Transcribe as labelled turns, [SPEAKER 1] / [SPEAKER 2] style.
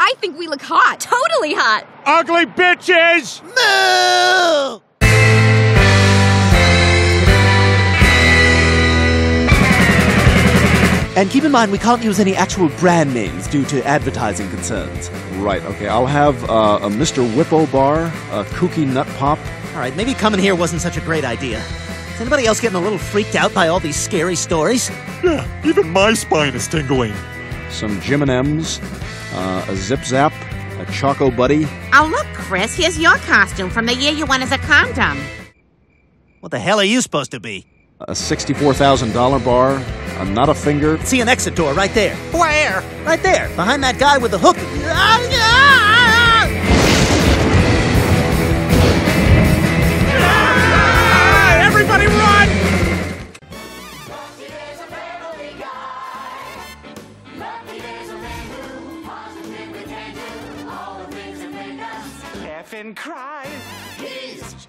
[SPEAKER 1] I think we look hot. Totally hot.
[SPEAKER 2] Ugly bitches!
[SPEAKER 3] Moo! And keep in mind, we can't use any actual brand names due to advertising concerns.
[SPEAKER 4] Right, okay. I'll have uh, a Mr. Whippo bar, a Kooky Nut Pop.
[SPEAKER 3] All right, maybe coming here wasn't such a great idea. Is anybody else getting a little freaked out by all these scary stories?
[SPEAKER 2] Yeah, even my spine is tingling.
[SPEAKER 4] some Jim and M's, uh, a Zip Zap, a Choco Buddy.
[SPEAKER 5] Oh, look, Chris, here's your costume from the year you won as a condom.
[SPEAKER 3] What the hell are you supposed to be?
[SPEAKER 4] a $64,000 bar, a not a finger.
[SPEAKER 3] See an exit door right there. Where? Right there, behind that guy with the hook. Ah, ah, ah, ah.
[SPEAKER 2] Everybody run!
[SPEAKER 6] F and cry. He's